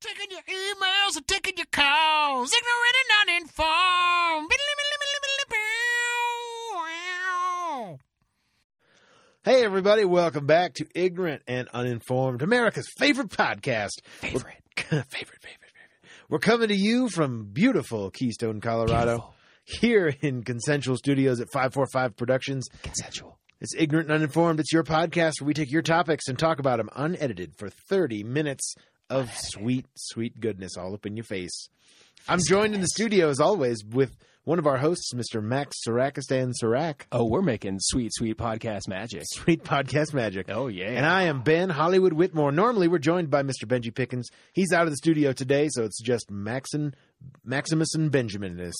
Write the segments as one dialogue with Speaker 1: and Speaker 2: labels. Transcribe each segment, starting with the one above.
Speaker 1: Taking your emails and taking your calls. Ignorant and uninformed.
Speaker 2: Hey, everybody, welcome back to Ignorant and Uninformed, America's favorite podcast.
Speaker 1: Favorite.
Speaker 2: favorite, favorite, favorite. We're coming to you from beautiful Keystone, Colorado, here in Consensual Studios at 545 Productions.
Speaker 1: Consensual.
Speaker 2: It's Ignorant and Uninformed. It's your podcast where we take your topics and talk about them unedited for 30 minutes of sweet, sweet goodness all up in your face. I'm joined in the studio, as always, with one of our hosts, Mr. Max Sarakistan Sarak.
Speaker 3: Oh, we're making sweet, sweet podcast magic.
Speaker 2: Sweet podcast magic.
Speaker 3: Oh yeah.
Speaker 2: And I am Ben Hollywood Whitmore. Normally, we're joined by Mr. Benji Pickens. He's out of the studio today, so it's just Maxon, Maximus and Benjaminus.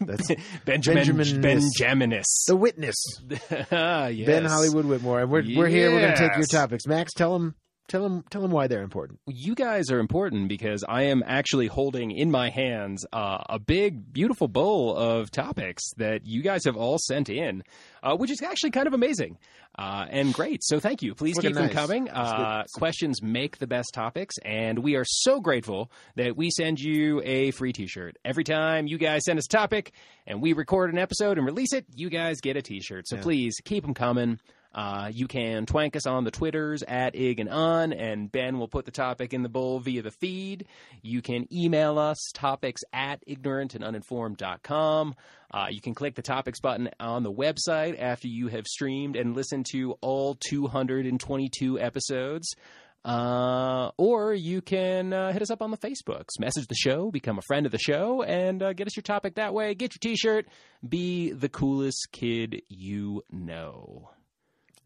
Speaker 2: That's
Speaker 3: Benjamin
Speaker 2: Benjaminis.
Speaker 3: Benjaminis.
Speaker 2: the witness,
Speaker 3: Ah, yes.
Speaker 2: Ben Hollywood Whitmore. And we're, we're here. We're going to take your
Speaker 3: Yes.
Speaker 2: topics. Max, tell him, tell him, tell him why they're important.
Speaker 3: You guys are important because I am actually holding in my hands uh, a big, beautiful bowl of topics that you guys have all sent in, uh, which is actually kind of amazing uh, and great. So thank you. Please
Speaker 2: Looking
Speaker 3: keep them
Speaker 2: nice.
Speaker 3: coming.
Speaker 2: That's good.
Speaker 3: Uh, questions make the best topics, and we are so grateful that we send you a free T-shirt every time you guys send us a topic, and we record an episode and release it. You guys get a T-shirt. So
Speaker 2: Yeah.
Speaker 3: please keep them coming. Uh, you can twank us on the Twitters at Ig and Un, and Ben will put the topic in the bowl via the feed. You can email us topics at ignorantanduninformed.com. Uh, you can click the topics button on the website after you have streamed and listened to all 222 episodes. Uh, or you can uh, hit us up on the Facebooks, message the show, become a friend of the show, and uh, get us your topic that way. Get your t shirt. Be the coolest kid you know.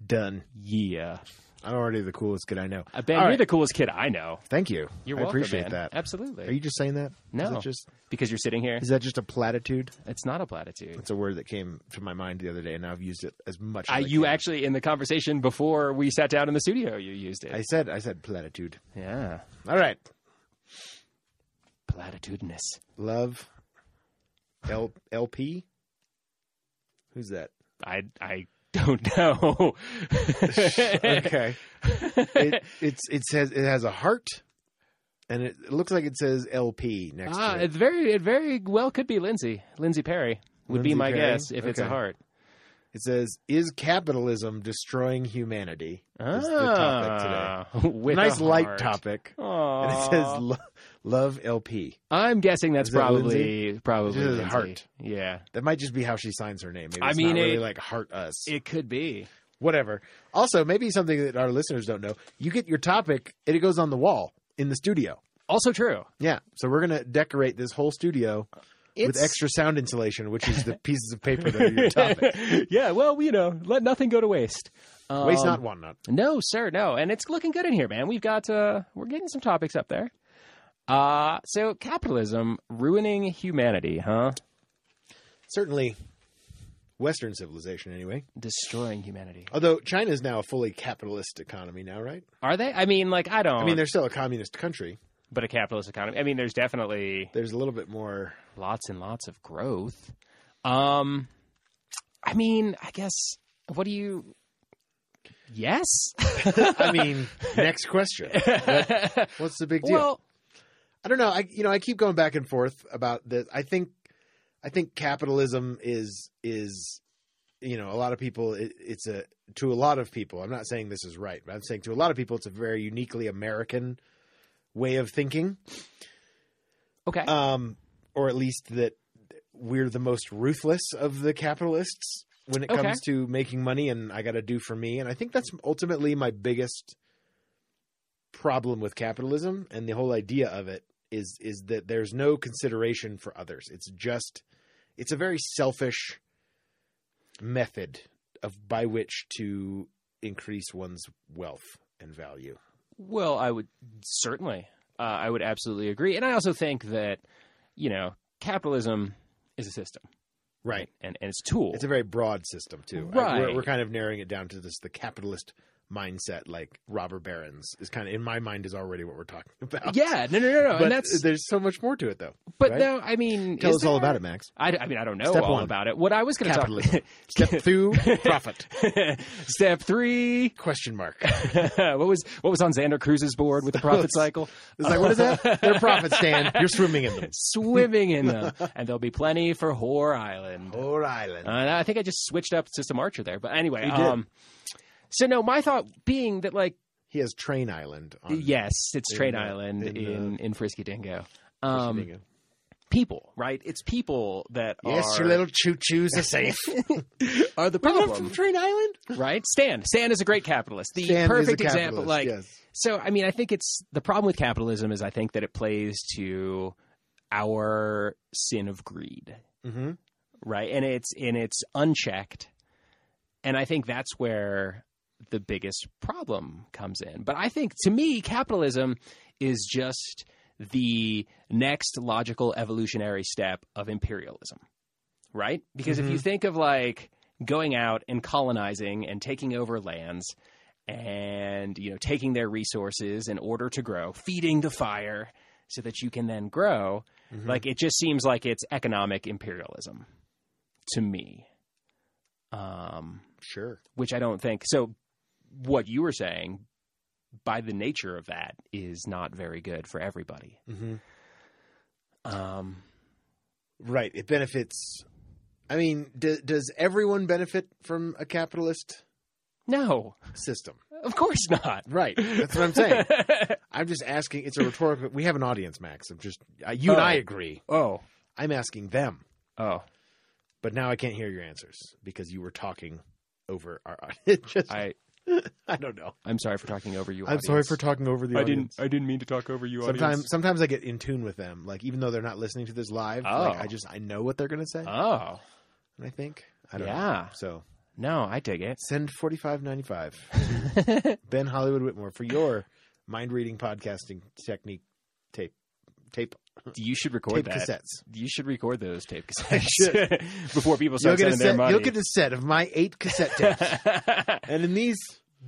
Speaker 2: Done.
Speaker 3: Yeah.
Speaker 2: I'm already the coolest kid I know.
Speaker 3: Uh, Ben,
Speaker 2: All
Speaker 3: you're
Speaker 2: right.
Speaker 3: the coolest kid I know.
Speaker 2: Thank you.
Speaker 3: You're
Speaker 2: I
Speaker 3: welcome,
Speaker 2: appreciate
Speaker 3: man.
Speaker 2: that.
Speaker 3: Absolutely.
Speaker 2: Are you just saying that? Is
Speaker 3: No.
Speaker 2: that just
Speaker 3: because you're sitting here?
Speaker 2: is that just a platitude?
Speaker 3: It's not a platitude.
Speaker 2: It's a word that came to my mind the other day, and I've used it as much.
Speaker 3: I,
Speaker 2: as I
Speaker 3: you
Speaker 2: can.
Speaker 3: actually, in the conversation before we sat down in the studio, you used it.
Speaker 2: I said. I said platitude.
Speaker 3: yeah.
Speaker 2: All right.
Speaker 3: Platitudinous.
Speaker 2: Love L- LP? Who's that?
Speaker 3: I, I don't know.
Speaker 2: Okay. it, it's it says it has a heart and it, it looks like it says LP next
Speaker 3: Ah,
Speaker 2: to it.
Speaker 3: it very, it very well could be Lindsay. Lindsay Perry would
Speaker 2: Lindsay
Speaker 3: be my
Speaker 2: Perry?
Speaker 3: guess if it's a
Speaker 2: Okay.
Speaker 3: heart.
Speaker 2: It says is capitalism destroying humanity? Is the topic today.
Speaker 3: today. Ah, With
Speaker 2: nice
Speaker 3: a
Speaker 2: light
Speaker 3: heart.
Speaker 2: topic.
Speaker 3: Aww.
Speaker 2: And it says lo- love LP.
Speaker 3: I'm guessing that's
Speaker 2: Is that
Speaker 3: probably probably
Speaker 2: It says
Speaker 3: Lindsay.
Speaker 2: heart.
Speaker 3: Yeah,
Speaker 2: That might just be how she signs her name. Maybe
Speaker 3: I
Speaker 2: it's
Speaker 3: mean,
Speaker 2: not really
Speaker 3: it-
Speaker 2: like heart us.
Speaker 3: it could be.
Speaker 2: whatever. Also, maybe something that our listeners don't know. You get your topic and it goes on the wall in the studio.
Speaker 3: Also true.
Speaker 2: Yeah. So we're gonna decorate this whole studio with extra sound insulation, which is the pieces of paper that are your topic.
Speaker 3: yeah, well, you know, let nothing go to waste. Um,
Speaker 2: Waste not, want not.
Speaker 3: No, sir, no. And it's looking good in here, man. We've got uh we're getting some topics up there. Uh so capitalism ruining humanity, huh?
Speaker 2: Certainly, Western civilization, anyway.
Speaker 3: Destroying humanity.
Speaker 2: Although China is now a fully capitalist economy now, right?
Speaker 3: Are they? I mean, like I don't
Speaker 2: I mean, they're still a communist country.
Speaker 3: but a capitalist economy. I mean, there's definitely
Speaker 2: There's a little bit more.
Speaker 3: lots and lots of growth. Um I mean, I guess what do you Yes?
Speaker 2: I mean, next question. What's the big deal?
Speaker 3: well,
Speaker 2: I don't know. I you know I keep going back and forth about this. I think I think capitalism is is you know a lot of people it, it's a to a lot of people. I'm not saying this is right, but I'm saying to a lot of people it's a very uniquely American way of thinking.
Speaker 3: okay.
Speaker 2: Um, or at least that we're the most ruthless of the capitalists when it
Speaker 3: Okay.
Speaker 2: comes to making money and I got to do for me. And I think that's ultimately my biggest problem with capitalism and the whole idea of it is is that there's no consideration for others. It's just it's a very selfish method of by which to increase one's wealth and value.
Speaker 3: Well, I would certainly. Uh, I would absolutely agree. And I also think that, you know, capitalism is a system.
Speaker 2: Right.
Speaker 3: And, and it's a tool.
Speaker 2: It's a very broad system too. I-
Speaker 3: Right.
Speaker 2: we're, we're kind of narrowing it down to this the capitalist mindset like Robert Barron's is kind of in my mind is already what we're talking about.
Speaker 3: Yeah, no, no, no, no.
Speaker 2: but
Speaker 3: and that's
Speaker 2: there's so much more to it though.
Speaker 3: but
Speaker 2: right?
Speaker 3: no, I mean,
Speaker 2: Tell
Speaker 3: is
Speaker 2: us all
Speaker 3: there-
Speaker 2: about it, Max.
Speaker 3: I, I mean, I don't know
Speaker 2: Step
Speaker 3: all
Speaker 2: one.
Speaker 3: about it. What I was going to
Speaker 2: Capitalism.
Speaker 3: talk
Speaker 2: Step through profit
Speaker 3: Step three.
Speaker 2: question mark.
Speaker 3: what was what was on Xander Cruz's board with the profit cycle?
Speaker 2: It's like what is that? They're profit stand. You're swimming in them.
Speaker 3: Swimming in them, and there'll be plenty for Whore Island.
Speaker 2: Whore Island.
Speaker 3: Uh, and I think I just switched up to some Archer there, but anyway.
Speaker 2: You did.
Speaker 3: Um, so no, my thought being that like
Speaker 2: he has Train Island. On
Speaker 3: yes, it's
Speaker 2: in
Speaker 3: Train
Speaker 2: the-
Speaker 3: Island
Speaker 2: in
Speaker 3: in
Speaker 2: the-
Speaker 3: in, Frisky Dingo.
Speaker 2: Um,
Speaker 3: Um, people, right? It's people that
Speaker 2: yes,
Speaker 3: are
Speaker 2: your little choo choos are safe.
Speaker 3: are
Speaker 2: Remember
Speaker 3: the
Speaker 2: from
Speaker 3: problem,
Speaker 2: Train Island?
Speaker 3: right? Stan, Stan is a great capitalist, the
Speaker 2: Dan is a
Speaker 3: perfect example.
Speaker 2: capitalist,
Speaker 3: Like
Speaker 2: yes.
Speaker 3: So, I mean, I think it's the problem with capitalism is I think that it plays to our sin of greed,
Speaker 2: hmm
Speaker 3: right? And it's and it's unchecked, and I think that's where the biggest problem comes in. But I think to me, capitalism is just the next logical evolutionary step of imperialism, right? Because if you think of like going out and colonizing and taking over lands and you know taking their resources in order to grow, feeding the fire so that you can then grow,
Speaker 2: Mhm.
Speaker 3: Mm-hmm. like it just seems like it's economic imperialism to me. Um
Speaker 2: Mm-hmm. Sure.
Speaker 3: which I don't think. So, what you were saying, by the nature of that, is not very good for everybody.
Speaker 2: hmm
Speaker 3: Um,
Speaker 2: Right. It benefits. I mean, d- does everyone benefit from a capitalist
Speaker 3: no,
Speaker 2: system?
Speaker 3: of course not.
Speaker 2: Right. That's what I'm saying. I'm just asking. It's a rhetorical. We have an audience, Max. I'm just. Uh, you and
Speaker 3: Oh.
Speaker 2: I agree.
Speaker 3: oh,
Speaker 2: I'm asking them,
Speaker 3: oh,
Speaker 2: but now I can't hear your answers because you were talking over our. It just. I,
Speaker 3: I
Speaker 2: don't know.
Speaker 3: I'm sorry for talking over you.
Speaker 2: I'm sorry for talking over the.
Speaker 3: I
Speaker 2: audience.
Speaker 3: didn't. I didn't mean to talk over you.
Speaker 2: Sometimes, sometimes I get in tune with them. Like even though they're not listening to this live, like,
Speaker 3: Oh.
Speaker 2: I just I know what they're gonna say.
Speaker 3: Audience.
Speaker 2: I think. I
Speaker 3: Oh,
Speaker 2: don't know.
Speaker 3: yeah.
Speaker 2: So
Speaker 3: Oh, No, I dig it.
Speaker 2: send forty five ninety five Ben Hollywood Whitmore for your mind reading podcasting technique tape tape
Speaker 3: you should record
Speaker 2: tape
Speaker 3: that.
Speaker 2: cassettes.
Speaker 3: You should record those tape cassettes
Speaker 2: should.
Speaker 3: before people
Speaker 2: You'll
Speaker 3: start
Speaker 2: get a
Speaker 3: sending their
Speaker 2: set.
Speaker 3: money.
Speaker 2: You'll get a set of my eight cassette tapes, and in these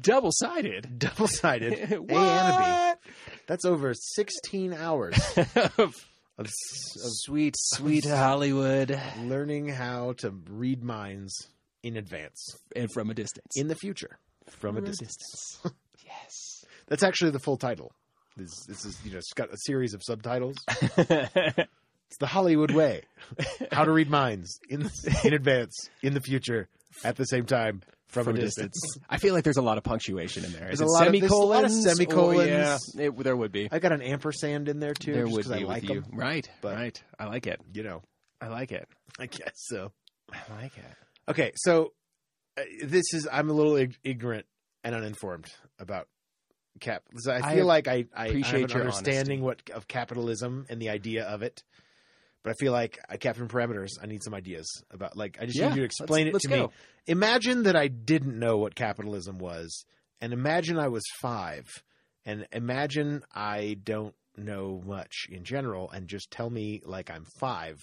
Speaker 3: double sided.
Speaker 2: double sided A and a B. That's over sixteen hours of, s-
Speaker 3: sweet, sweet Hollywood,
Speaker 2: of learning how to read minds in advance
Speaker 3: and from a distance.
Speaker 2: in the future from a
Speaker 3: From a
Speaker 2: distance.
Speaker 3: distance. yes.
Speaker 2: That's actually the full title. This, this is you know it's got a series of subtitles. It's the Hollywood way. How to read minds in in advance, in the future, at the same time, from, a distance.
Speaker 3: I feel like there's a lot of punctuation in there. Is
Speaker 2: There's a
Speaker 3: it
Speaker 2: lot of- there's a lot of
Speaker 3: semicolons?
Speaker 2: semicolons.
Speaker 3: Oh, yeah, it- there would be.
Speaker 2: I got an ampersand in there too,
Speaker 3: there
Speaker 2: just
Speaker 3: would
Speaker 2: because
Speaker 3: be
Speaker 2: I
Speaker 3: with
Speaker 2: like
Speaker 3: you.
Speaker 2: them.
Speaker 3: Right.
Speaker 2: But-
Speaker 3: right. I like it.
Speaker 2: You know,
Speaker 3: I like it.
Speaker 2: I guess so.
Speaker 3: I like it.
Speaker 2: Okay, so uh, this is I'm a little ig- ignorant and uninformed about cap. So I
Speaker 3: I
Speaker 2: feel like I I, I
Speaker 3: appreciate
Speaker 2: have an
Speaker 3: your
Speaker 2: understanding what of capitalism and the idea of it, but I feel like I Captain Parameters. I need some ideas about like I just
Speaker 3: Yeah,
Speaker 2: need you to
Speaker 3: let's-
Speaker 2: explain
Speaker 3: let's
Speaker 2: it to
Speaker 3: go.
Speaker 2: me. Imagine that I didn't know what capitalism was, and imagine I was five, and imagine I don't know much in general, and just tell me like I'm five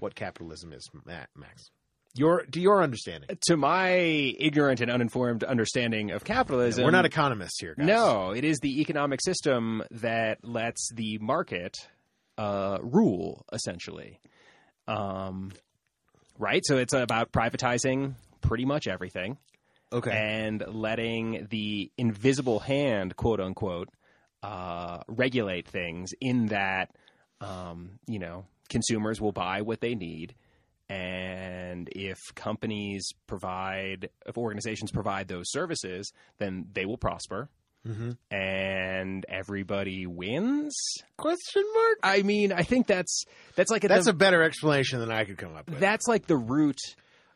Speaker 2: what capitalism is, Ma- Max. Your to your understanding.
Speaker 3: To my ignorant and uninformed understanding of capitalism,
Speaker 2: We're not economists here, guys.
Speaker 3: No, it is the economic system that lets the market uh, rule, essentially. Um, right? So it's about privatizing pretty much everything
Speaker 2: Okay.
Speaker 3: and letting the invisible hand, quote unquote, uh, regulate things in that, um, you know, consumers will buy what they need. And if companies provide, if organizations provide those services, then they will prosper
Speaker 2: hmm
Speaker 3: and everybody wins.
Speaker 2: Question mark.
Speaker 3: I mean, I think that's that's like
Speaker 2: That's
Speaker 3: the,
Speaker 2: a better explanation than I could come up with.
Speaker 3: that's like the root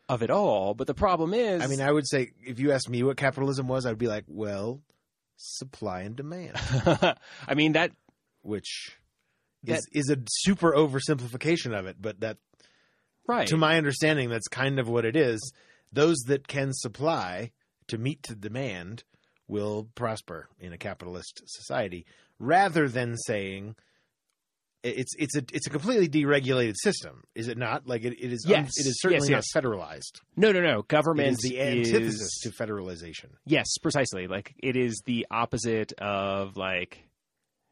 Speaker 3: of it all. But the problem is,
Speaker 2: I mean, I would say if you asked me what capitalism was, I'd be like, well, supply and demand,
Speaker 3: I, mean that
Speaker 2: which is is a super oversimplification of it, but that,
Speaker 3: right.
Speaker 2: to my understanding, that's kind of what it is. Those that can supply to meet the demand will prosper in a capitalist society, rather than saying it- it's it's a it's a completely deregulated system, is it not? Like it, it is un-
Speaker 3: Yes.
Speaker 2: it is certainly
Speaker 3: Yes,
Speaker 2: not federalized.
Speaker 3: No, no, no.
Speaker 2: It
Speaker 3: Government
Speaker 2: is the antithesis
Speaker 3: is-
Speaker 2: to federalization.
Speaker 3: Yes, precisely. Like it is the opposite of like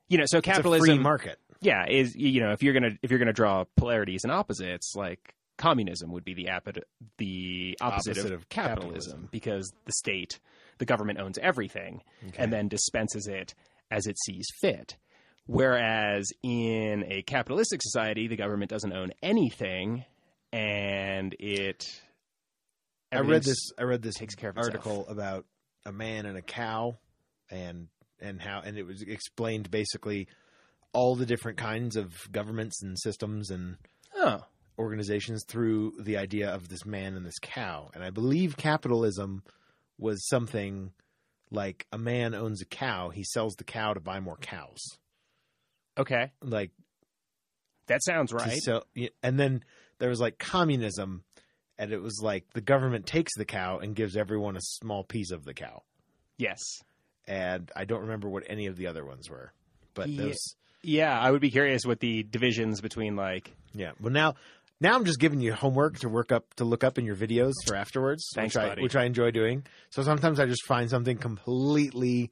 Speaker 3: you know, so
Speaker 2: it's a free
Speaker 3: capitalism
Speaker 2: market.
Speaker 3: yeah, is you know, if you're going to if you're going to draw polarities and opposites, like communism would be the apo- the opposite,
Speaker 2: Opposite
Speaker 3: of,
Speaker 2: of
Speaker 3: capitalism,
Speaker 2: capitalism.
Speaker 3: because the state, the government owns everything and then dispenses it as it sees fit. Whereas in a capitalistic society, the government doesn't own anything and it
Speaker 2: I read
Speaker 3: everything's-
Speaker 2: this. I read this
Speaker 3: takes care of itself.
Speaker 2: article about a man and a cow, and and how and it was explained basically all the different kinds of governments and systems and
Speaker 3: Oh.
Speaker 2: organizations through the idea of this man and this cow. And I believe capitalism was something like a man owns a cow, he sells the cow to buy more cows.
Speaker 3: Okay.
Speaker 2: Like
Speaker 3: That sounds
Speaker 2: to
Speaker 3: right.
Speaker 2: sell- yeah, and then there was like communism and it was like the government takes the cow and gives everyone a small piece of the cow.
Speaker 3: Yes.
Speaker 2: And I don't remember what any of the other ones were. But
Speaker 3: Yeah.
Speaker 2: those
Speaker 3: Yeah, I would be curious what the divisions between like.
Speaker 2: Yeah. Well, now, now I'm just giving you homework to work up to look up in your videos for afterwards,
Speaker 3: Thanks,
Speaker 2: which I
Speaker 3: buddy.
Speaker 2: which I enjoy doing. So sometimes I just find something completely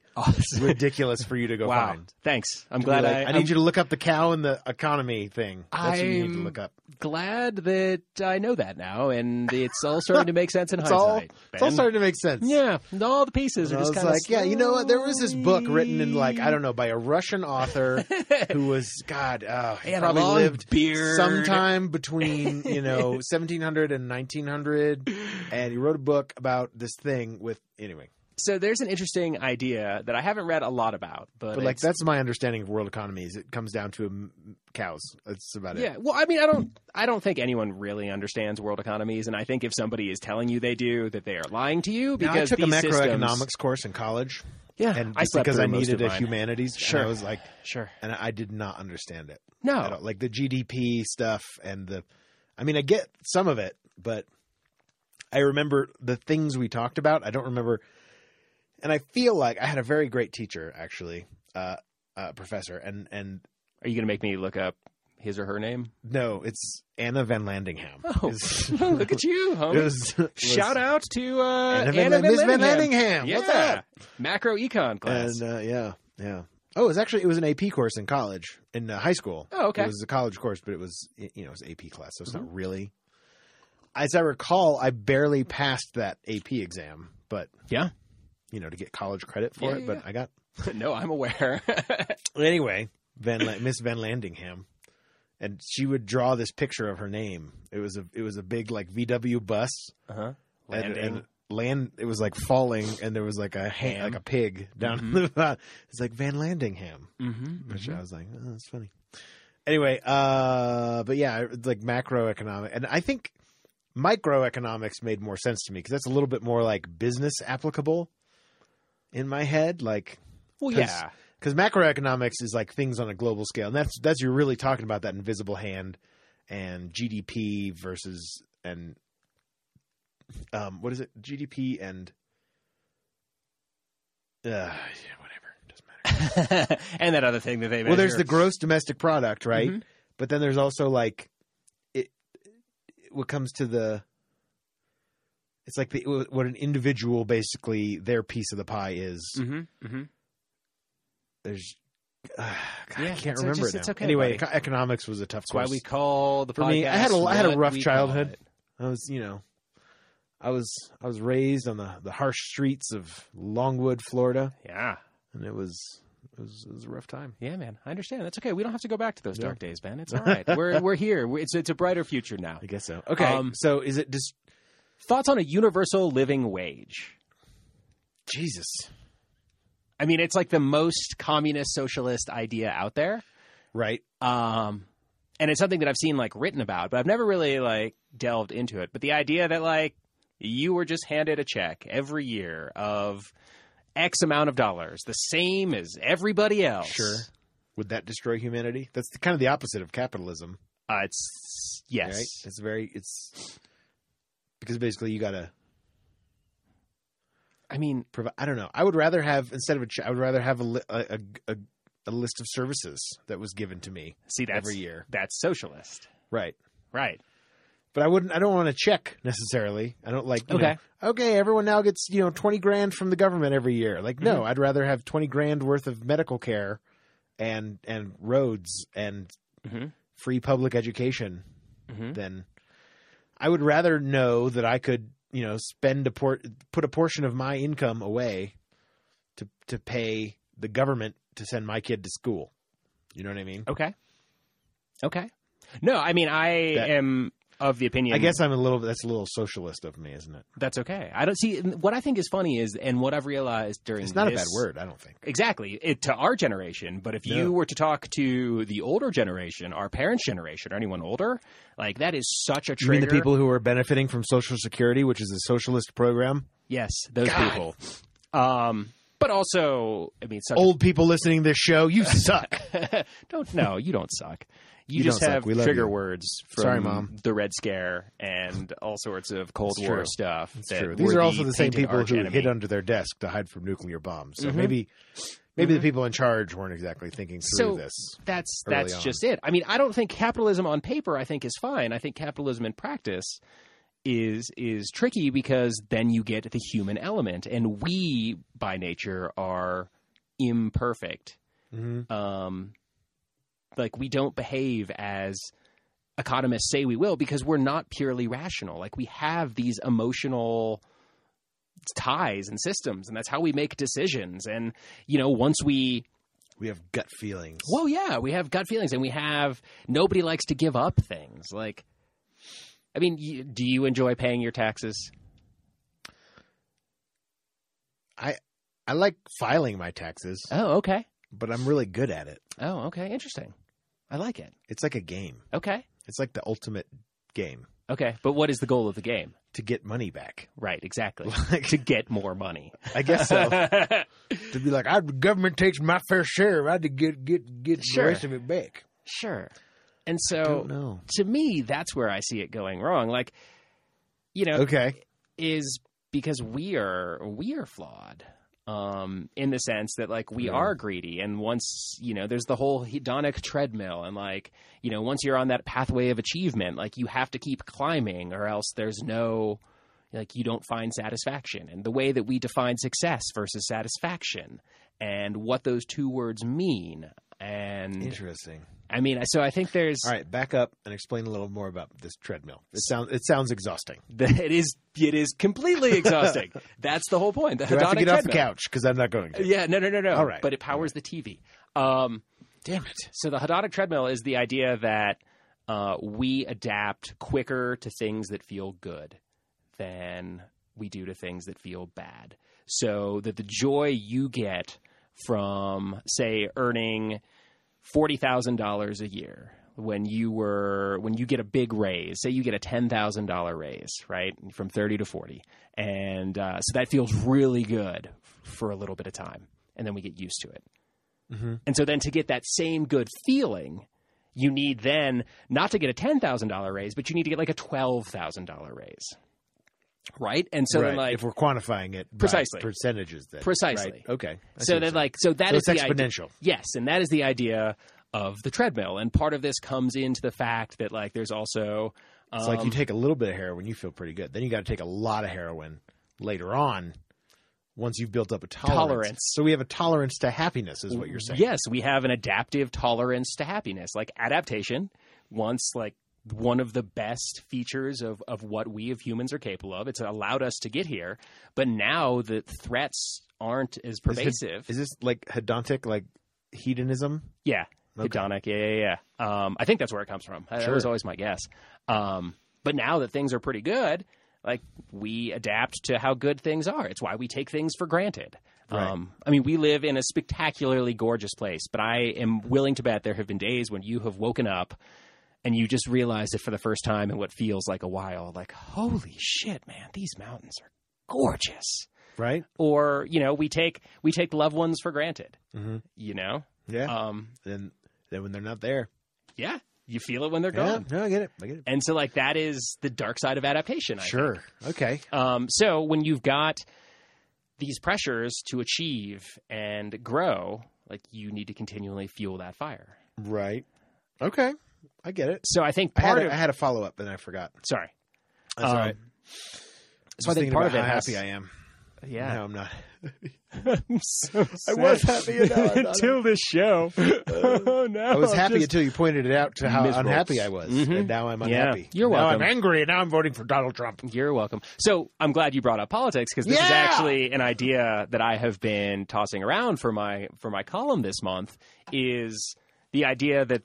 Speaker 2: ridiculous for you to go
Speaker 3: wow.
Speaker 2: find.
Speaker 3: Thanks. I'm
Speaker 2: To be
Speaker 3: glad
Speaker 2: like,
Speaker 3: I,
Speaker 2: I need you to look up the cow and the economy thing. That's what you need to
Speaker 3: I'm-
Speaker 2: look up.
Speaker 3: glad that I know that now, and it's all starting to make sense in
Speaker 2: It's all-
Speaker 3: hindsight.
Speaker 2: It's all
Speaker 3: Ben.
Speaker 2: starting to make sense.
Speaker 3: Yeah, and all the pieces
Speaker 2: And
Speaker 3: are
Speaker 2: I
Speaker 3: just
Speaker 2: was
Speaker 3: kind of
Speaker 2: like, yeah, you know what? There was this book written in like I don't know by a Russian author who was God. Oh, he
Speaker 3: He had a
Speaker 2: probably
Speaker 3: long
Speaker 2: lived
Speaker 3: beard.
Speaker 2: sometime between you know 1700 and 1900 and he wrote a book about this thing with anyway
Speaker 3: So there's an interesting idea that I haven't read a lot about, but,
Speaker 2: but, like
Speaker 3: it's-
Speaker 2: that's my understanding of world economies it comes down to um, cows that's about
Speaker 3: Yeah,
Speaker 2: it
Speaker 3: well, I mean, I don't, I don't think anyone really understands world economies, and I think if somebody is telling you they do, that they are lying to you
Speaker 2: Now,
Speaker 3: because
Speaker 2: I took a
Speaker 3: these
Speaker 2: macroeconomics
Speaker 3: systems-
Speaker 2: course in college
Speaker 3: Yeah,
Speaker 2: and
Speaker 3: I
Speaker 2: just
Speaker 3: slept
Speaker 2: because I
Speaker 3: through most
Speaker 2: needed
Speaker 3: of
Speaker 2: a
Speaker 3: mine.
Speaker 2: humanities and
Speaker 3: Sure.
Speaker 2: I was like
Speaker 3: Sure.
Speaker 2: and I did not understand it at
Speaker 3: No,
Speaker 2: all. like the GDP stuff and the I mean I get some of it but I remember the things we talked about I don't remember and I feel like I had a very great teacher actually uh, uh professor and and
Speaker 3: Are you going to make me look up his or her name?
Speaker 2: no it's Anna Van Landingham
Speaker 3: Oh,
Speaker 2: It's-
Speaker 3: look at you,
Speaker 2: it
Speaker 3: homie.
Speaker 2: was, it was
Speaker 3: Shout out to uh,
Speaker 2: Anna
Speaker 3: Anna
Speaker 2: Van,
Speaker 3: Van,
Speaker 2: Miss Van
Speaker 3: Landingham.
Speaker 2: Landingham
Speaker 3: Yeah.
Speaker 2: what's up
Speaker 3: Macro econ class.
Speaker 2: and uh, yeah yeah oh it was actually it was an AP course in college in uh, high school
Speaker 3: oh, okay. Mm-hmm.
Speaker 2: It was a college course, but it was y- you know it was AP class, so it's not really. As I recall, I barely passed that AP exam, but
Speaker 3: Yeah.
Speaker 2: you know to get college credit for
Speaker 3: Yeah,
Speaker 2: it.
Speaker 3: yeah,
Speaker 2: but
Speaker 3: yeah.
Speaker 2: I got
Speaker 3: no, I'm aware.
Speaker 2: anyway. Van La- Miss Van Landingham, and she would draw this picture of her name. It was a it was a big like VW bus
Speaker 3: uh-huh.
Speaker 2: and,
Speaker 3: Landing.
Speaker 2: and land. It was like falling, and there was like a hand,
Speaker 3: Ham. Mm-hmm.
Speaker 2: like a pig down. The, it's like Van Landingham.
Speaker 3: Mhm,
Speaker 2: which
Speaker 3: mhm.
Speaker 2: I was like, oh, that's funny. Anyway, uh, but yeah, it's like macroeconomic, and I think microeconomics made more sense to me because that's a little bit more like business applicable in my head, like
Speaker 3: Well,
Speaker 2: 'cause-
Speaker 3: yeah.
Speaker 2: because macroeconomics is like things on a global scale, and that's that's you're really talking about that invisible hand and GDP versus and um, what is it? GDP and uh, yeah, whatever, doesn't matter
Speaker 3: and that other thing that they measure.
Speaker 2: well there's the gross domestic product right
Speaker 3: Mhm.
Speaker 2: but then there's also like it what comes to the it's like the what an individual basically their piece of the pie is
Speaker 3: Mhm, mhm.
Speaker 2: there's uh, God,
Speaker 3: Yeah,
Speaker 2: i can't
Speaker 3: it's-
Speaker 2: remember
Speaker 3: just-
Speaker 2: it
Speaker 3: it's
Speaker 2: now.
Speaker 3: okay,
Speaker 2: anyway
Speaker 3: buddy.
Speaker 2: eco- economics was a tough
Speaker 3: That's why
Speaker 2: course
Speaker 3: we call the
Speaker 2: For me,
Speaker 3: podcast
Speaker 2: I had a- I had a
Speaker 3: what
Speaker 2: rough
Speaker 3: we call
Speaker 2: childhood.
Speaker 3: it.
Speaker 2: i was you know i was i was raised on the the harsh streets of longwood florida
Speaker 3: Yeah.
Speaker 2: and it was it was, it was a rough time
Speaker 3: Yeah, man. I understand. That's okay. We don't have to go back to those
Speaker 2: Yeah.
Speaker 3: dark days, Ben. It's all right. we're we're here. We're, it's it's a brighter future now.
Speaker 2: i guess so okay
Speaker 3: Um,
Speaker 2: so is it just
Speaker 3: Thoughts on a universal living wage?
Speaker 2: jesus
Speaker 3: I mean, it's like the most communist socialist idea out there.
Speaker 2: right
Speaker 3: Um, and it's something that I've seen like written about, but I've never really like delved into it. But the idea that like you were just handed a check every year of X amount of dollars, the same as everybody else.
Speaker 2: Sure. Would that destroy humanity? That's the, kind of the opposite of capitalism.
Speaker 3: Uh, it's yes.
Speaker 2: Right? It's very it's because basically you gotta
Speaker 3: I mean,
Speaker 2: provide. I don't know. I would rather have instead of a. ch- I would rather have a li- a, a, a a list of services that was given to me
Speaker 3: See, that's
Speaker 2: every year.
Speaker 3: that's socialist,
Speaker 2: Right.
Speaker 3: right?
Speaker 2: But I wouldn't. I don't want to check necessarily. I don't like. you
Speaker 3: Okay.
Speaker 2: know, okay. Everyone now gets you know twenty grand from the government every year. Like
Speaker 3: Mm-hmm.
Speaker 2: no, I'd rather have twenty grand worth of medical care, and and roads and
Speaker 3: Mhm.
Speaker 2: free public education
Speaker 3: Mm-hmm.
Speaker 2: then I would rather know that I could, you know, spend a por- put a portion of my income away to to pay the government to send my kid to school. You know what I mean?
Speaker 3: Okay. Okay. No, I mean I
Speaker 2: That-
Speaker 3: am of the opinion.
Speaker 2: I guess I'm a little that's a little socialist of me, isn't it?
Speaker 3: that's okay. I don't see what I think is funny is, and what I've realized during
Speaker 2: It's not a
Speaker 3: this-
Speaker 2: bad word, I don't think.
Speaker 3: Exactly, it, to our generation. But if
Speaker 2: No.
Speaker 3: you were to talk to the older generation, our parents' generation, or anyone older, like that is such a
Speaker 2: You mean
Speaker 3: trigger.
Speaker 2: the people who are benefiting from Social Security, which is a socialist program?
Speaker 3: yes, those
Speaker 2: God.
Speaker 3: people. Um, but also, I mean, it's such a
Speaker 2: Old people listening to this show, you suck.
Speaker 3: don't no, you don't suck. You,
Speaker 2: You
Speaker 3: just
Speaker 2: don't suck.
Speaker 3: have
Speaker 2: We love
Speaker 3: trigger
Speaker 2: you.
Speaker 3: words from
Speaker 2: Sorry, Mom.
Speaker 3: the Red Scare and all sorts of Cold
Speaker 2: It's
Speaker 3: War
Speaker 2: true.
Speaker 3: stuff.
Speaker 2: It's
Speaker 3: that
Speaker 2: true. These
Speaker 3: were
Speaker 2: are also the, same
Speaker 3: painted
Speaker 2: people who
Speaker 3: archenemy.
Speaker 2: hid under their desk to hide from nuclear bombs. So
Speaker 3: Mhm.
Speaker 2: maybe maybe
Speaker 3: Mhm.
Speaker 2: the people in charge weren't exactly thinking through
Speaker 3: So-
Speaker 2: this.
Speaker 3: That's
Speaker 2: early
Speaker 3: that's
Speaker 2: on.
Speaker 3: just it. I mean, I don't think capitalism on paper I think is fine. I think capitalism in practice is is tricky because then you get the human element and we by nature are imperfect.
Speaker 2: Mm-hmm.
Speaker 3: um, like we don't behave as economists say we will because we're not purely rational. Like we have these emotional ties and systems, and that's how we make decisions. And you know, once we
Speaker 2: We have gut feelings.
Speaker 3: well, yeah, we have gut feelings, and we have nobody likes to give up things. Like, I mean, you, do you enjoy paying your taxes?
Speaker 2: I like filing my taxes,
Speaker 3: Oh, okay.
Speaker 2: but I'm really good at it.
Speaker 3: Oh, okay. Interesting. I like it.
Speaker 2: It's like a game.
Speaker 3: Okay.
Speaker 2: It's like the ultimate game
Speaker 3: Okay. But what is the goal of the game?
Speaker 2: to get money back.
Speaker 3: Right. Exactly.
Speaker 2: Like,
Speaker 3: to get more money.
Speaker 2: I guess so. to be like, I, the government takes my fair share. I had to get get get
Speaker 3: Sure.
Speaker 2: the rest of it back.
Speaker 3: sure. And
Speaker 2: Don't
Speaker 3: so
Speaker 2: know.
Speaker 3: to me, that's where I see it going wrong. Like, you know,
Speaker 2: Okay.
Speaker 3: is because we are we are flawed um in the sense that like we
Speaker 2: Yeah.
Speaker 3: are greedy and once you know there's the whole hedonic treadmill and like you know once you're on that pathway of achievement like you have to keep climbing or else there's no like you don't find satisfaction and the way that we define success versus satisfaction and what those two words mean and
Speaker 2: Interesting.
Speaker 3: i mean so i think there's
Speaker 2: All right, back up and explain a little more about this treadmill. It sounds it sounds exhausting.
Speaker 3: that it is it is completely exhausting that's the whole point the
Speaker 2: Do I have to
Speaker 3: hedonic
Speaker 2: get off the
Speaker 3: treadmill.
Speaker 2: couch because I'm not going to.
Speaker 3: Yeah, no, no, no, no.
Speaker 2: All right.
Speaker 3: But it powers the TV. Um,
Speaker 2: Damn it.
Speaker 3: so the hedonic treadmill is the idea that uh, we adapt quicker to things that feel good than we do to things that feel bad. So that the joy you get from, say, earning forty thousand dollars a year when you were when you get a big raise, say you get a ten thousand dollar raise, right, from thirty to forty, and uh, so that feels really good for a little bit of time, and then we get used to it.
Speaker 2: Mhm.
Speaker 3: And so then to get that same good feeling, you need then not to get a $10,000 raise, but you need to get like a $12,000 raise. Right? And so then
Speaker 2: Right,
Speaker 3: like
Speaker 2: if we're quantifying it by
Speaker 3: Precisely.
Speaker 2: percentages, then
Speaker 3: Precisely.
Speaker 2: Right, Okay. I see
Speaker 3: so
Speaker 2: what
Speaker 3: then
Speaker 2: you're
Speaker 3: like so that
Speaker 2: saying.
Speaker 3: is
Speaker 2: so it's
Speaker 3: the idea.
Speaker 2: exponential.
Speaker 3: Yes, and that is the idea of the treadmill. And part of this comes into the fact that like there's also um,
Speaker 2: It's like you take a little bit of heroin, you feel pretty good. Then you got to take a lot of heroin later on once you've built up a tolerance.
Speaker 3: Tolerance.
Speaker 2: So we have a tolerance to happiness, is what you're saying.
Speaker 3: Yes, we have an adaptive tolerance to happiness. Like adaptation, once like one of the best features of, of what we of humans are capable of. It's allowed us to get here, but now the threats aren't as
Speaker 2: Is it-
Speaker 3: pervasive.
Speaker 2: Is this like hedonic, like hedonism?
Speaker 3: yeah.
Speaker 2: Okay.
Speaker 3: Hedonic, yeah, yeah, yeah. Um, I think that's where it comes from. That
Speaker 2: Sure.
Speaker 3: was always my guess. Um, but now that things are pretty good, like we adapt to how good things are. It's why we take things for granted.
Speaker 2: Right.
Speaker 3: Um, I mean, we live in a spectacularly gorgeous place, but I am willing to bet there have been days when you have woken up and you just realized it for the first time in what feels like a while. Like, holy shit, man, these mountains are gorgeous.
Speaker 2: Right.
Speaker 3: Or you know, we take we take loved ones for granted.
Speaker 2: Mm-hmm. Uh,
Speaker 3: You know,
Speaker 2: Yeah.
Speaker 3: um,
Speaker 2: then then when they're not there.
Speaker 3: yeah, you feel it when they're
Speaker 2: Yeah.
Speaker 3: gone.
Speaker 2: No, I get it. I get it.
Speaker 3: And so, like, that is the dark side of adaptation. I think.
Speaker 2: Sure. Okay.
Speaker 3: Um, so, when you've got these pressures to achieve and grow, Like you need to continually fuel that fire.
Speaker 2: Right. Okay. I get it.
Speaker 3: So I think
Speaker 2: I had
Speaker 3: part
Speaker 2: a,
Speaker 3: of
Speaker 2: I had a follow up and I forgot.
Speaker 3: sorry.
Speaker 2: That's all right.
Speaker 3: Um,
Speaker 2: Just
Speaker 3: so I think
Speaker 2: thinking
Speaker 3: part of
Speaker 2: about
Speaker 3: it
Speaker 2: how
Speaker 3: has-
Speaker 2: happy I am.
Speaker 3: Yeah,
Speaker 2: No, I'm not.
Speaker 3: I'm so sad.
Speaker 2: was happy, and now I'm not.
Speaker 3: until this show. oh no,
Speaker 2: I was
Speaker 3: I'm
Speaker 2: happy
Speaker 3: just-
Speaker 2: until you pointed it out to how
Speaker 3: miserable.
Speaker 2: unhappy I was,
Speaker 3: Mhm.
Speaker 2: and now I'm
Speaker 3: Yeah.
Speaker 2: unhappy.
Speaker 3: You're
Speaker 2: now
Speaker 3: welcome.
Speaker 2: I'm angry, and now I'm voting for Donald Trump.
Speaker 3: You're welcome. So I'm glad you brought up politics because this is
Speaker 2: Yeah!
Speaker 3: actually an idea that I have been tossing around for my for my column this month is the idea that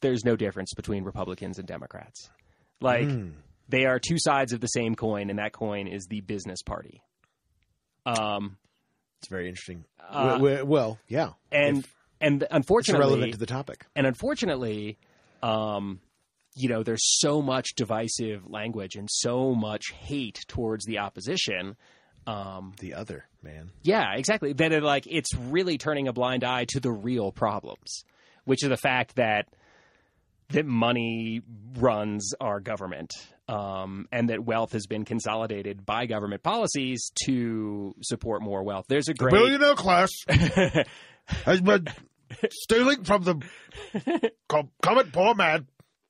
Speaker 3: there's no difference between Republicans and Democrats. Like
Speaker 2: Hmm.
Speaker 3: they are two sides of the same coin, and that coin is the business party. Um,
Speaker 2: It's very interesting.
Speaker 3: Uh,
Speaker 2: We- we- well, yeah,
Speaker 3: and
Speaker 2: If-
Speaker 3: and
Speaker 2: it's
Speaker 3: unfortunately,
Speaker 2: relevant to the topic.
Speaker 3: and unfortunately, um, you know, there's so much divisive language and so much hate towards the opposition. Um,
Speaker 2: The other man.
Speaker 3: yeah, exactly. That it, like it's really turning a blind eye to the real problems, which is the fact that that money runs our government, um, and that wealth has been consolidated by government policies to support more wealth. There's a great
Speaker 2: billionaire class has been stealing from the common poor man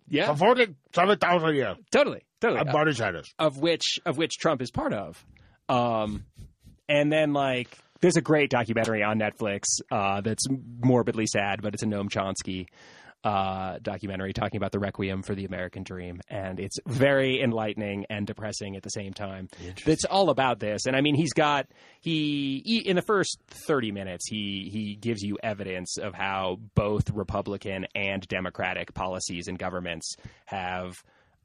Speaker 3: yeah,
Speaker 2: voting seven thousand a year.
Speaker 3: totally, totally.
Speaker 2: Bernie Sanders.
Speaker 3: of which of which Trump is part of. Um, and then like there's a great documentary on Netflix uh, that's morbidly sad, but it's a Noam Chomsky uh, documentary talking about the Requiem for the American Dream, and it's very enlightening and depressing at the same time. It's all about this, and I mean he's got he, he in the first 30 minutes he he gives you evidence of how both Republican and Democratic policies and governments have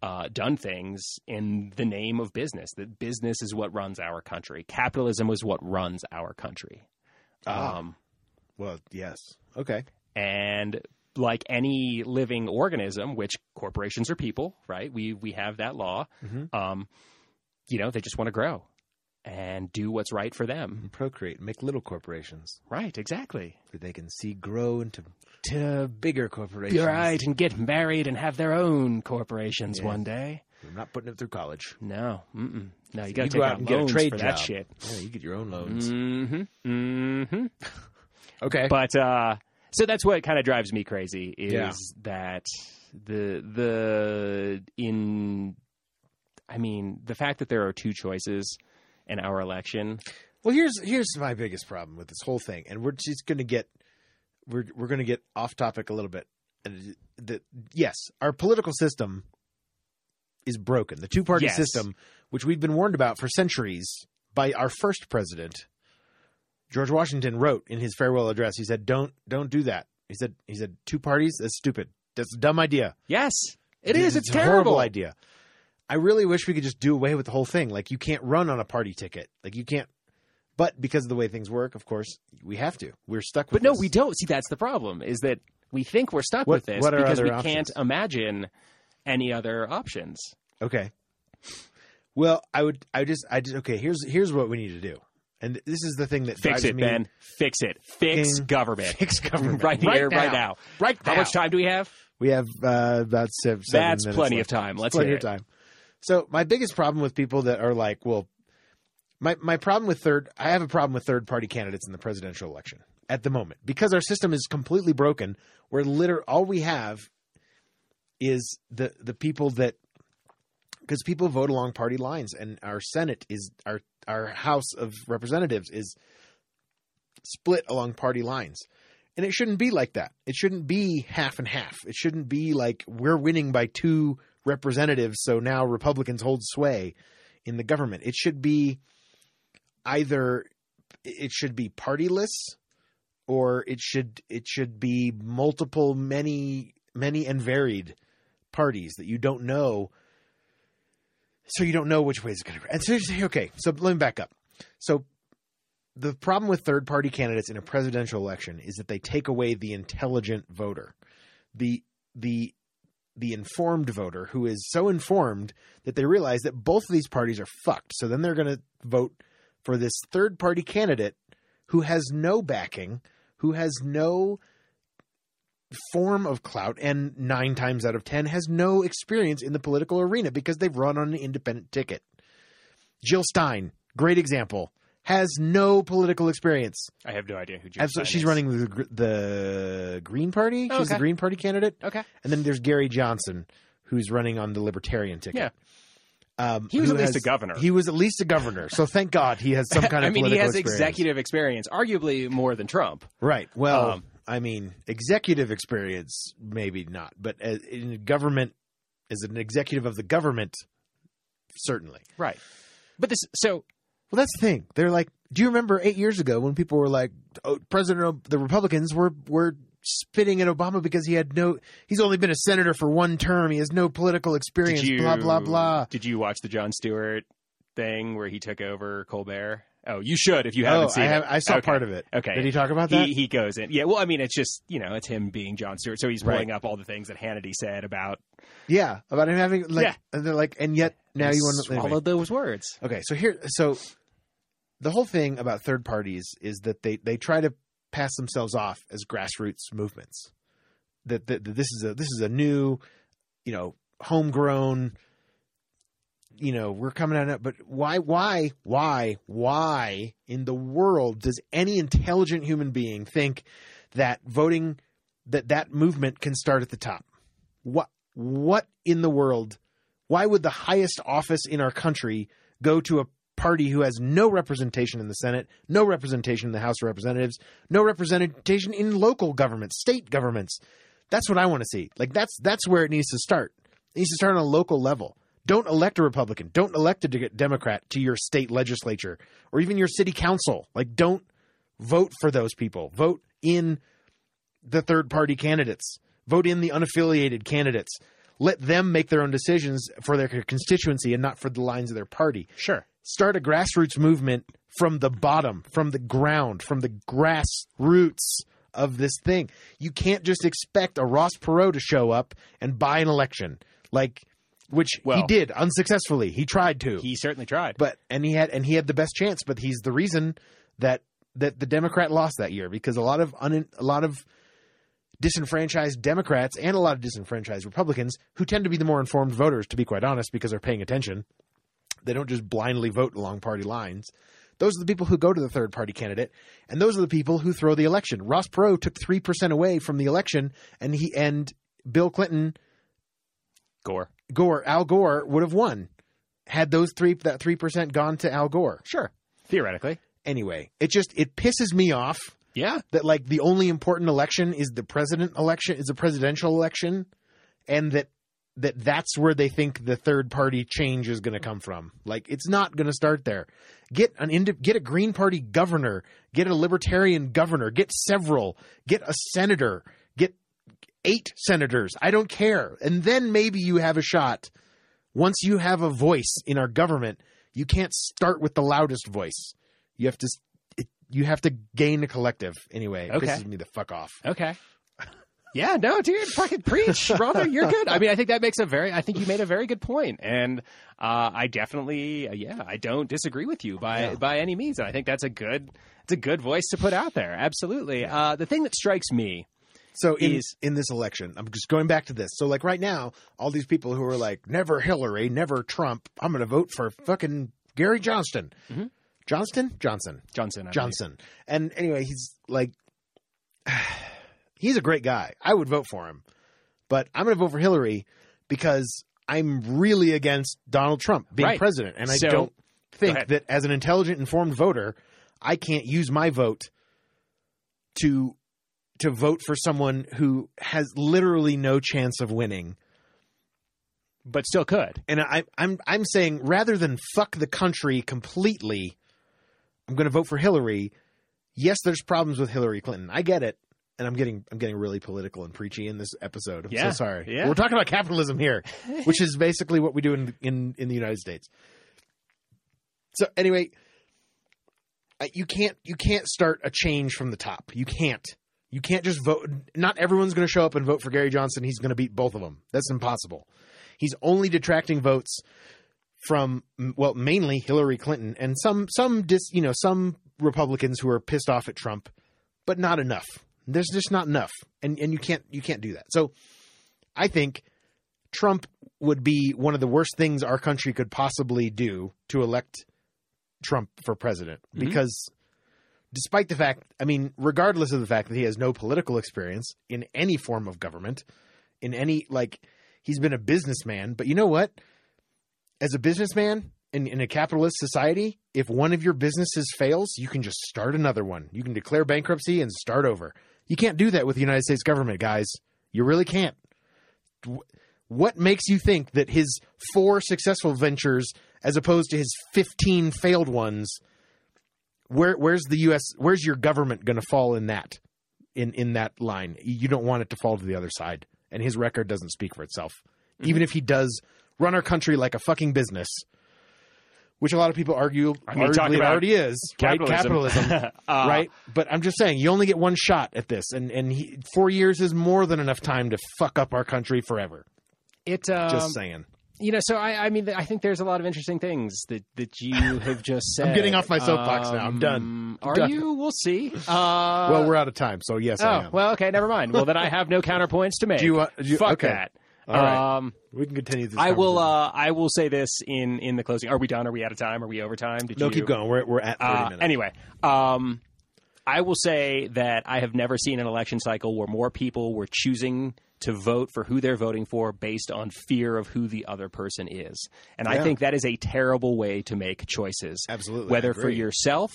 Speaker 3: uh, done things in the name of business. That business is what runs our country. Capitalism is what runs our country.
Speaker 2: Ah.
Speaker 3: Um,
Speaker 2: Well, yes. Okay.
Speaker 3: and like any living organism, which corporations are people, right? We we have that law.
Speaker 2: Mhm.
Speaker 3: Um, you know, they just want to grow and do what's right for them.
Speaker 2: And procreate, make little corporations
Speaker 3: Right, exactly.
Speaker 2: that they can see grow into
Speaker 3: To
Speaker 2: bigger corporations.
Speaker 3: be right and get married and have their own corporations
Speaker 2: Yes.
Speaker 3: one day.
Speaker 2: I'm not putting them through college.
Speaker 3: No, mm-mm. no, you
Speaker 2: You
Speaker 3: got
Speaker 2: go
Speaker 3: to take
Speaker 2: out
Speaker 3: out,
Speaker 2: and get a
Speaker 3: loans
Speaker 2: trade
Speaker 3: for
Speaker 2: job.
Speaker 3: that shit.
Speaker 2: Yeah, you get your own loans.
Speaker 3: Mm-hmm. Mm-hmm.
Speaker 2: Okay.
Speaker 3: But uh, so that's what kind of drives me crazy is
Speaker 2: Yeah.
Speaker 3: that the the in I mean the fact that there are two choices in our election.
Speaker 2: Well, here's here's my biggest problem with this whole thing, and we're just going to get we're we're going to get off topic a little bit. And that yes, our political system is broken. The two party
Speaker 3: Yes.
Speaker 2: system, which we've been warned about for centuries by our first president, George Washington wrote in his farewell address. He said, "Don't don't do that." He said he said two parties. That's stupid. That's a dumb idea.
Speaker 3: Yes, it is. It's,
Speaker 2: a
Speaker 3: terrible.
Speaker 2: horrible idea. I really wish we could just do away with the whole thing. Like you can't run on a party ticket. Like you can't. But because of the way things work, of course, we have to. We're stuck with.
Speaker 3: But no,
Speaker 2: this.
Speaker 3: we don't. See, that's the problem is that we think we're stuck
Speaker 2: What-
Speaker 3: with this
Speaker 2: what are
Speaker 3: because
Speaker 2: other
Speaker 3: we
Speaker 2: options?
Speaker 3: can't imagine any other options.
Speaker 2: Okay. Well, I would. I just. I just. Okay. Here's. Here's what we need to do. And this is the thing that drives
Speaker 3: Fix it,
Speaker 2: me.
Speaker 3: Ben. Fix it. Fix
Speaker 2: Fucking
Speaker 3: government.
Speaker 2: Fix government
Speaker 3: right here, right now.
Speaker 2: Right
Speaker 3: How much time do we have?
Speaker 2: We have uh, about seven. seven
Speaker 3: That's
Speaker 2: minutes
Speaker 3: plenty
Speaker 2: left.
Speaker 3: of time. Let's
Speaker 2: plenty
Speaker 3: hear
Speaker 2: of
Speaker 3: it.
Speaker 2: time. So my biggest problem with people that are like, well, my my problem with third, I have a problem with third party candidates in the presidential election at the moment because our system is completely broken. Where liter all we have is the the people that because people vote along party lines, and our Senate is our our House of Representatives is split along party lines. And it shouldn't be like that. It shouldn't be half and half. It shouldn't be like we're winning by two representatives, so now Republicans hold sway in the government. It should be either it should be partyless or it should it should be multiple many many and varied parties that you don't know so you don't know which way is going to and so okay so let me back up so the problem with third party candidates in a presidential election is that they take away the intelligent voter the the the informed voter who is so informed that they realize that both of these parties are fucked so then they're going to vote for this third party candidate who has no backing who has no form of clout and 9 times out of 10 has no experience in the political arena because they've run on an independent ticket Jill Stein great example has no political experience.
Speaker 3: I have no idea who Jill
Speaker 2: Absolutely,
Speaker 3: Stein
Speaker 2: she's
Speaker 3: is.
Speaker 2: running the, gr- the Green Party. She's the
Speaker 3: Okay.
Speaker 2: Green Party candidate,
Speaker 3: Okay,
Speaker 2: and then there's Gary Johnson, who's running on the Libertarian ticket.
Speaker 3: Yeah.
Speaker 2: Um,
Speaker 3: he was
Speaker 2: who
Speaker 3: at least
Speaker 2: has-
Speaker 3: a governor.
Speaker 2: He was at least a governor, so thank God he has some kind of.
Speaker 3: I mean, he
Speaker 2: political
Speaker 3: has
Speaker 2: experience.
Speaker 3: executive experience, arguably more than Trump.
Speaker 2: Right. Well,
Speaker 3: Um,
Speaker 2: I mean, executive experience, maybe not, but as, in government, as an executive of the government, certainly.
Speaker 3: Right. But this, so
Speaker 2: Well, that's the thing. They're like, do you remember eight years ago when people were like, oh, President, O- the Republicans were were spitting at Obama because he had no, he's only been a senator for one term, he has no political experience,
Speaker 3: did you,
Speaker 2: blah blah blah.
Speaker 3: Did you watch the John Stewart thing where he took over Colbert? Oh, you should if you haven't
Speaker 2: oh,
Speaker 3: seen
Speaker 2: I, have,
Speaker 3: it.
Speaker 2: I saw
Speaker 3: Okay.
Speaker 2: part of it.
Speaker 3: Okay.
Speaker 2: Did he talk about that?
Speaker 3: he, he goes in. Yeah, well, I mean, it's just you know, it's him being John Stewart, so he's pulling up all the things that Hannity said about.
Speaker 2: yeah, about him having like,
Speaker 3: Yeah.
Speaker 2: and they're like, and yet now you want to
Speaker 3: swallow those words.
Speaker 2: Okay, so here, so the whole thing about third parties is that they they try to pass themselves off as grassroots movements. That, that, that this is a this is a new, you know, homegrown. You know, we're coming out, of- but why, why, why, why in the world does any intelligent human being think that voting that that movement can start at the top? What what in the world? Why would the highest office in our country go to a party who has no representation in the Senate, no representation in the House of Representatives, no representation in local governments, state governments. That's what I want to see. Like that's that's where it needs to start. It needs to start on a local level. Don't elect a Republican. Don't elect a De- Democrat to your state legislature or even your city council. Like don't vote for those people. Vote in the third party candidates. Vote in the unaffiliated candidates. Let them make their own decisions for their constituency and not for the lines of their party
Speaker 3: Sure.
Speaker 2: start a grassroots movement from the bottom, from the ground, from the grassroots of this thing. You can't just expect a Ross Perot to show up and buy an election, like which he
Speaker 3: Well-
Speaker 2: did unsuccessfully. He tried to,
Speaker 3: He certainly tried.
Speaker 2: but and he had and he had the best chance. But he's the reason that that the Democrat lost that year because a lot of un, a lot of disenfranchised Democrats and a lot of disenfranchised Republicans who tend to be the more informed voters, to be quite honest, because they're paying attention. They don't just blindly vote along party lines. Those are the people who go to the third party candidate, and those are the people who throw the election. Ross Perot took three percent away from the election, and he and Bill Clinton
Speaker 3: Gore.
Speaker 2: Gore Al Gore would have won had those three that three percent gone to Al Gore.
Speaker 3: Sure. Theoretically.
Speaker 2: Anyway, it just it pisses me off
Speaker 3: Yeah.
Speaker 2: that like the only important election is the president election is the presidential election, and that that that's where they think the third party change is going to come from. Like it's not going to start there. Get an ind- get a Green Party governor, get a Libertarian governor, get several, get a senator, get eight senators. I don't care, and then maybe you have a shot. Once you have a voice in our government, you can't start with the loudest voice. You have to. s- It, you have to gain a collective anyway. It
Speaker 3: Okay.
Speaker 2: pisses me the fuck off.
Speaker 3: Okay. Yeah, no, dude, fucking preach, brother. You're good. I mean, I think that makes a very, I think you made a very good point, and uh, I definitely, uh, yeah, I don't disagree with you by
Speaker 2: Yeah.
Speaker 3: by any means. And I think that's a good, it's a good voice to put out there. Absolutely. Uh, the thing that strikes me,
Speaker 2: So in,
Speaker 3: is-
Speaker 2: in this election, I'm just going back to this. So like right now, all these people who are like, never Hillary, never Trump. I'm going to vote for fucking Gary Johnston.
Speaker 3: Mhm.
Speaker 2: Johnston, Johnson,
Speaker 3: Johnson, I believe.
Speaker 2: Johnson. And anyway, he's like, he's a great guy. I would vote for him, but I'm going to vote for Hillary because I'm really against Donald Trump being
Speaker 3: Right.
Speaker 2: president, and I
Speaker 3: So-
Speaker 2: don't
Speaker 3: Go
Speaker 2: think
Speaker 3: ahead.
Speaker 2: that as an intelligent, informed voter, I can't use my vote to to vote for someone who has literally no chance of winning.
Speaker 3: but still could.
Speaker 2: And I, I'm I'm saying rather than fuck the country completely, I'm going to vote for Hillary. Yes, there's problems with Hillary Clinton. I get it. And I'm getting I'm getting really political and preachy in this episode. I'm
Speaker 3: Yeah,
Speaker 2: so sorry.
Speaker 3: yeah.
Speaker 2: We're talking about capitalism here, which is basically what we do in in, in the United States. So anyway, I- you can't you can't start a change from the top. You can't. You can't just vote. Not everyone's going to show up and vote for Gary Johnson. He's going to beat both of them. That's impossible. He's only detracting votes from m- well, mainly Hillary Clinton and some some dis, you know some Republicans who are pissed off at Trump, but not enough. There's just not enough, and and you can't you can't do that. So, I think Trump would be one of the worst things our country could possibly do to elect Trump for president
Speaker 3: Mhm.
Speaker 2: because despite the fact, I mean, regardless of the fact that he has no political experience in any form of government, in any like he's been a businessman, but you know what? As a businessman in, in a capitalist society, if one of your businesses fails, you can just start another one. You can declare bankruptcy and start over. You can't do that with the United States government, guys. You really can't. Wh- What makes you think that his four successful ventures as opposed to his 15 failed ones where where's the US where's your government going to fall in that in in that line you don't want it to fall to the other side and his record doesn't speak for itself
Speaker 4: Mm-hmm.
Speaker 2: even if he does run our country like a fucking business which a lot of people argue
Speaker 4: I mean, talk
Speaker 2: arguably it
Speaker 4: about
Speaker 2: already is right capitalism
Speaker 4: Uh,
Speaker 2: right? But I'm just saying, you only get one shot at this, and and he, four years is more than enough time to fuck up our country forever.
Speaker 3: It um,
Speaker 2: Just saying.
Speaker 3: you know, so I, I mean, I think there's a lot of interesting things that that you have just said.
Speaker 2: I'm getting off my soapbox now. I'm done.
Speaker 3: Um, Are
Speaker 2: done.
Speaker 3: you? We'll see. Uh,
Speaker 2: well, we're out of time, so yes, I
Speaker 3: oh
Speaker 2: am.
Speaker 3: well, okay, never mind. Well, then I have no counterpoints to make.
Speaker 2: Do you want- do you-
Speaker 3: Fuck
Speaker 2: okay.
Speaker 3: that.
Speaker 2: All right,
Speaker 3: Um,
Speaker 2: we can continue this.
Speaker 3: I will.
Speaker 2: conversation.
Speaker 3: Uh, I will say this in in the closing. Are we done? Are we out of time? Are we over time? Did
Speaker 2: no,
Speaker 3: uh, you,
Speaker 2: keep going. We're we're at 30
Speaker 3: Uh,
Speaker 2: minutes.
Speaker 3: anyway, um, I will say that I have never seen an election cycle where more people were choosing to vote for who they're voting for based on fear of who the other person is, and I
Speaker 2: Yeah.
Speaker 3: think that is a terrible way to make choices
Speaker 2: Absolutely, I
Speaker 3: whether for
Speaker 2: agree.
Speaker 3: yourself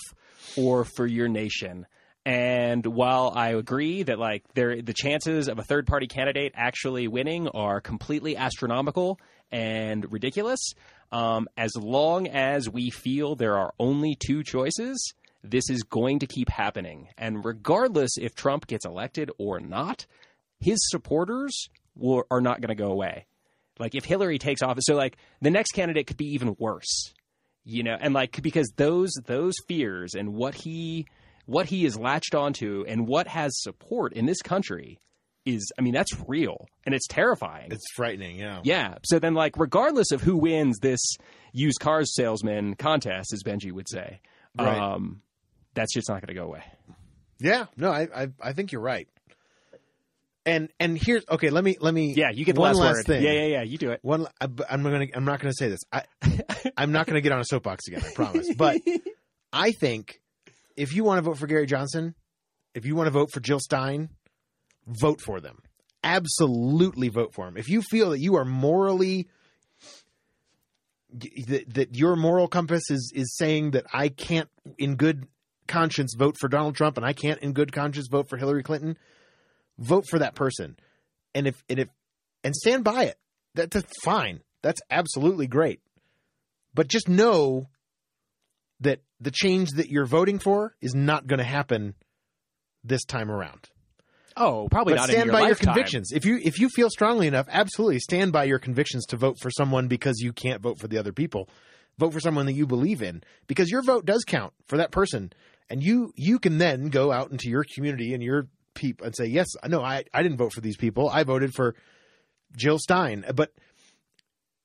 Speaker 3: or for your nation. And while I agree that like there the chances of a third party candidate actually winning are completely astronomical and ridiculous, um, as long as we feel there are only two choices, this is going to keep happening. And regardless if Trump gets elected or not, his supporters will, are not going to go away. Like if Hillary takes office, so like the next candidate could be even worse, you know, and like because those those fears and what he what he is latched onto and what has support in this country is, I mean, that's real and it's terrifying.
Speaker 2: it's frightening. Yeah.
Speaker 3: yeah. So then, like, regardless of who wins this used cars salesman contest, as Benji would say,
Speaker 2: Right.
Speaker 3: um, that's just not going to go away.
Speaker 2: Yeah. No, I, I I think you're right. And and here's okay. Let me let me.
Speaker 3: Yeah, you get the
Speaker 2: one
Speaker 3: last,
Speaker 2: last
Speaker 3: word.
Speaker 2: thing.
Speaker 3: Yeah, yeah, yeah. You do it.
Speaker 2: One, I- but I'm gonna. I'm not gonna say this. I, I'm not gonna get on a soapbox again. I promise. But I think if you want to vote for Gary Johnson, if you want to vote for Jill Stein, vote for them. Absolutely, vote for them. If you feel that you are morally that, that your moral compass is is saying that I can't, in good conscience, vote for Donald Trump, and I can't, in good conscience, vote for Hillary Clinton, vote for that person, and if and if and stand by it. That, that's fine. That's absolutely great. But just know that the change that you're voting for is not going to happen this time around.
Speaker 3: Oh, probably
Speaker 2: but
Speaker 3: not.
Speaker 2: stand
Speaker 3: in your
Speaker 2: by your
Speaker 3: lifetime.
Speaker 2: convictions. If you if you feel strongly enough, absolutely stand by your convictions to vote for someone because you can't vote for the other people. Vote for someone that you believe in because your vote does count for that person, and you you can then go out into your community and your people and say, yes, no, I I didn't vote for these people. I voted for Jill Stein, but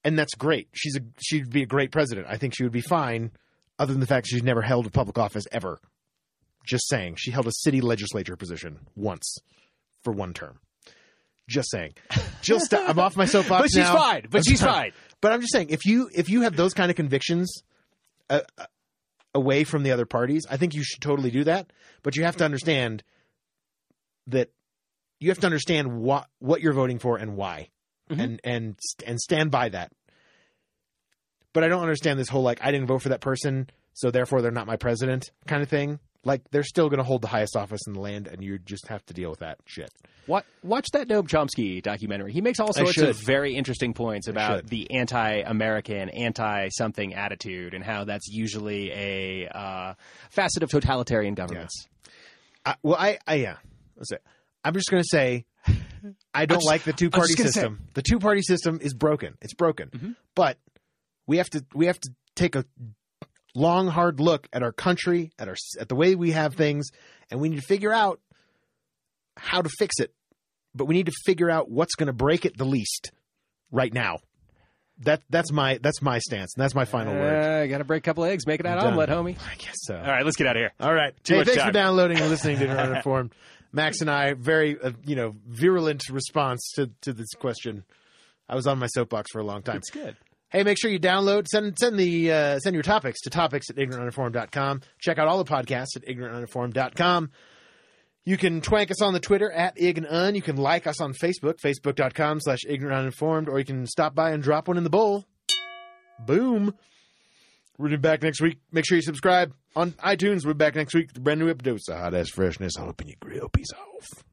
Speaker 2: and that's great. She's a she'd be a great president. I think she would be fine, other than the fact she's never held a public office ever. Just saying, she held a city legislature position once for one term. Just saying, Jill. Stein. I'm off my soapbox
Speaker 3: But she's
Speaker 2: now.
Speaker 3: fine. But
Speaker 2: I'm
Speaker 3: she's
Speaker 2: done.
Speaker 3: fine.
Speaker 2: But I'm just saying, if you if you have those kind of convictions, uh, uh, away from the other parties, I think you should totally do that. But you have to understand that you have to understand what what you're voting for and why,
Speaker 3: Mhm.
Speaker 2: and and and stand by that. But I don't understand this whole like I didn't vote for that person, so therefore they're not my president kind of thing. Like they're still going to hold the highest office in the land, and you just have to deal with that shit.
Speaker 3: What, watch that Noam Chomsky documentary. He makes all sorts
Speaker 2: should.
Speaker 3: of very interesting points about
Speaker 2: should.
Speaker 3: the anti-American, anti-something attitude, and how that's usually a uh, facet of totalitarian governments.
Speaker 2: I, well, I, I yeah, that's it. I'm just going to say I don't
Speaker 3: just-
Speaker 2: like the two
Speaker 3: I'm
Speaker 2: party
Speaker 3: just gonna say-
Speaker 2: system. the two party system is broken. It's broken.
Speaker 3: Mhm.
Speaker 2: But we have to we have to take a long hard look at our country, at our at the way we have
Speaker 3: Mm-hmm.
Speaker 2: things, and we need to figure out how to fix it. But we need to figure out what's going to break it the least right now. That that's my that's my stance and that's my final word.
Speaker 3: Uh, gotta break a couple eggs, make it
Speaker 2: I'm
Speaker 3: an
Speaker 2: done.
Speaker 3: omelet, homie.
Speaker 2: I guess so.
Speaker 3: All right, let's get out of here.
Speaker 2: All right.
Speaker 3: Too
Speaker 2: hey,
Speaker 3: much
Speaker 2: thanks
Speaker 3: time.
Speaker 2: for downloading and listening to Uninformed. Max and I, very uh, you know virulent response to to this question. I was on my soapbox for a long time.
Speaker 3: It's good.
Speaker 2: Hey, make sure you download, send send the uh, send your topics to topics at ignorantuninformed.com. Check out all the podcasts at ignorantuninformed.com. You can twank us on the Twitter at Ig and Un. You can like us on Facebook, facebook.com slash ignorant uninformed, or you can stop by and drop one in the bowl. Boom. We'll be back next week. Make sure you subscribe on iTunes. We're back next week with a brand new episode. Hot ass freshness all up in your grill. Peace off.